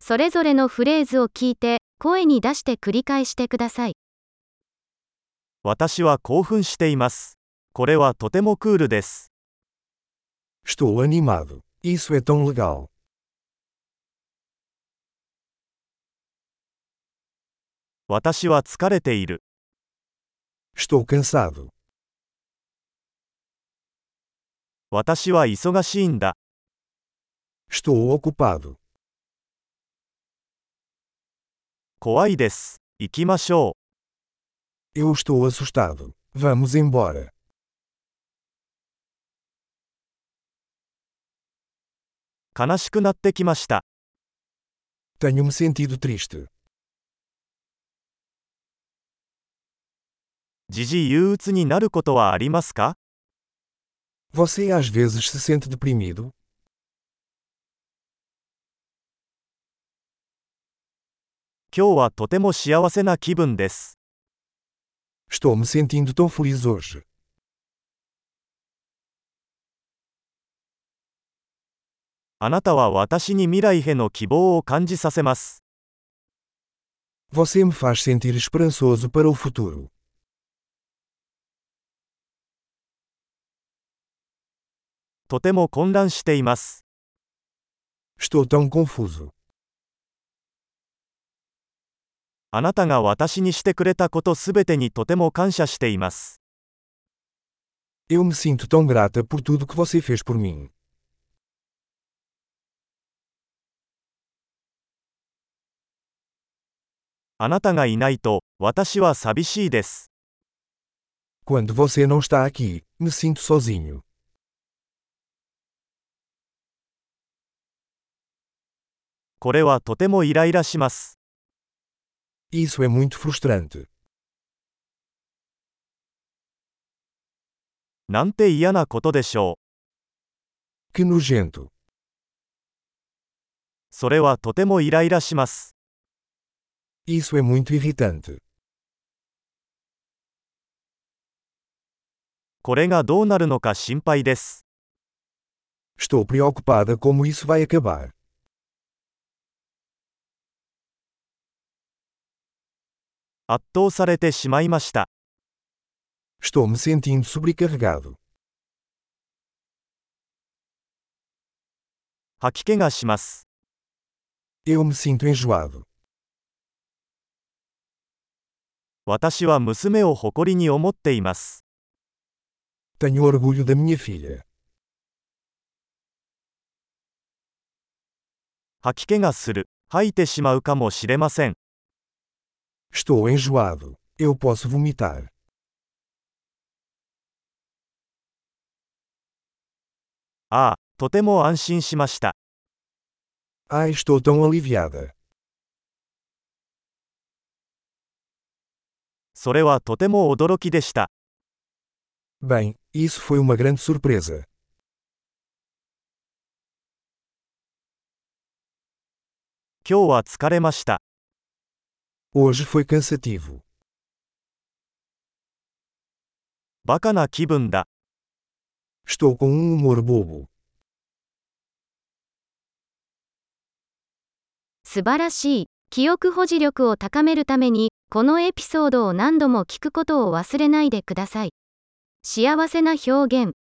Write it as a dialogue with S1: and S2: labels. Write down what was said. S1: それぞれのフレーズを聞いて、声に出して繰り返してください。
S2: 私は興奮しています。これはとてもクールです。
S3: Estou animado. Isso é tão legal.
S2: 私は疲れている。
S3: Estou cansado.
S2: 私は忙しいんだ。
S3: Estou ocupado.
S2: 怖いです。行きましょう。
S3: Eu estou assustado. Vamos embora.
S2: 悲しくなってきました。
S3: Tenho-me sentido triste.
S2: 時々憂鬱になることはありますか
S3: Você às vezes se sente deprimido?
S2: 今日はとても幸せな気分です。
S3: Estou me sentindo tão feliz hoje.
S2: あなたは私に未来への希望を感じさせます。
S3: Você me faz sentir esperançoso para o futuro.
S2: とても混乱しています。
S3: Estou tão confuso.
S2: あなたが私にしてくれたことすべてにとても感謝しています。
S3: Eu me sinto tão grata por tudo que você fez por mim.
S2: あなたがいないと、私は寂しいです。
S3: Quando você não está aqui, me sinto sozinho.
S2: これはとてもイライラします。
S3: Isso é muito frustrante.
S2: なんて嫌なことでしょう。
S3: Que nojento.
S2: それはとてもイライラします。
S3: Isso é muito irritante.
S2: これがどうなるのか心配です。
S3: Estou preocupada como isso vai acabar.
S2: 圧倒されてしまいました。
S3: Estou me sentindo sobrecarregado.
S2: 吐き気がします。
S3: Eu me sinto enjoado.
S2: 私は娘を誇りに思っています。
S3: Tenho orgulho da minha filha.
S2: 吐き気がする。吐いてしまうかもしれません。
S3: Estou enjoado. Eu posso vomitar.
S2: ああ、とても安心しました。
S3: Ai, estou tão aliviada.
S2: それはとても驚きでした。
S3: Bem, isso foi uma grande surpresa.
S2: 今日は疲れました。
S3: Hoje foi cansativo.
S2: バカな気分だ。
S3: Estou com um humor bobo.
S1: 素晴らしい。記憶保持力を高めるために、このエピソードを何度も聞くことを忘れないでください。幸せな表現、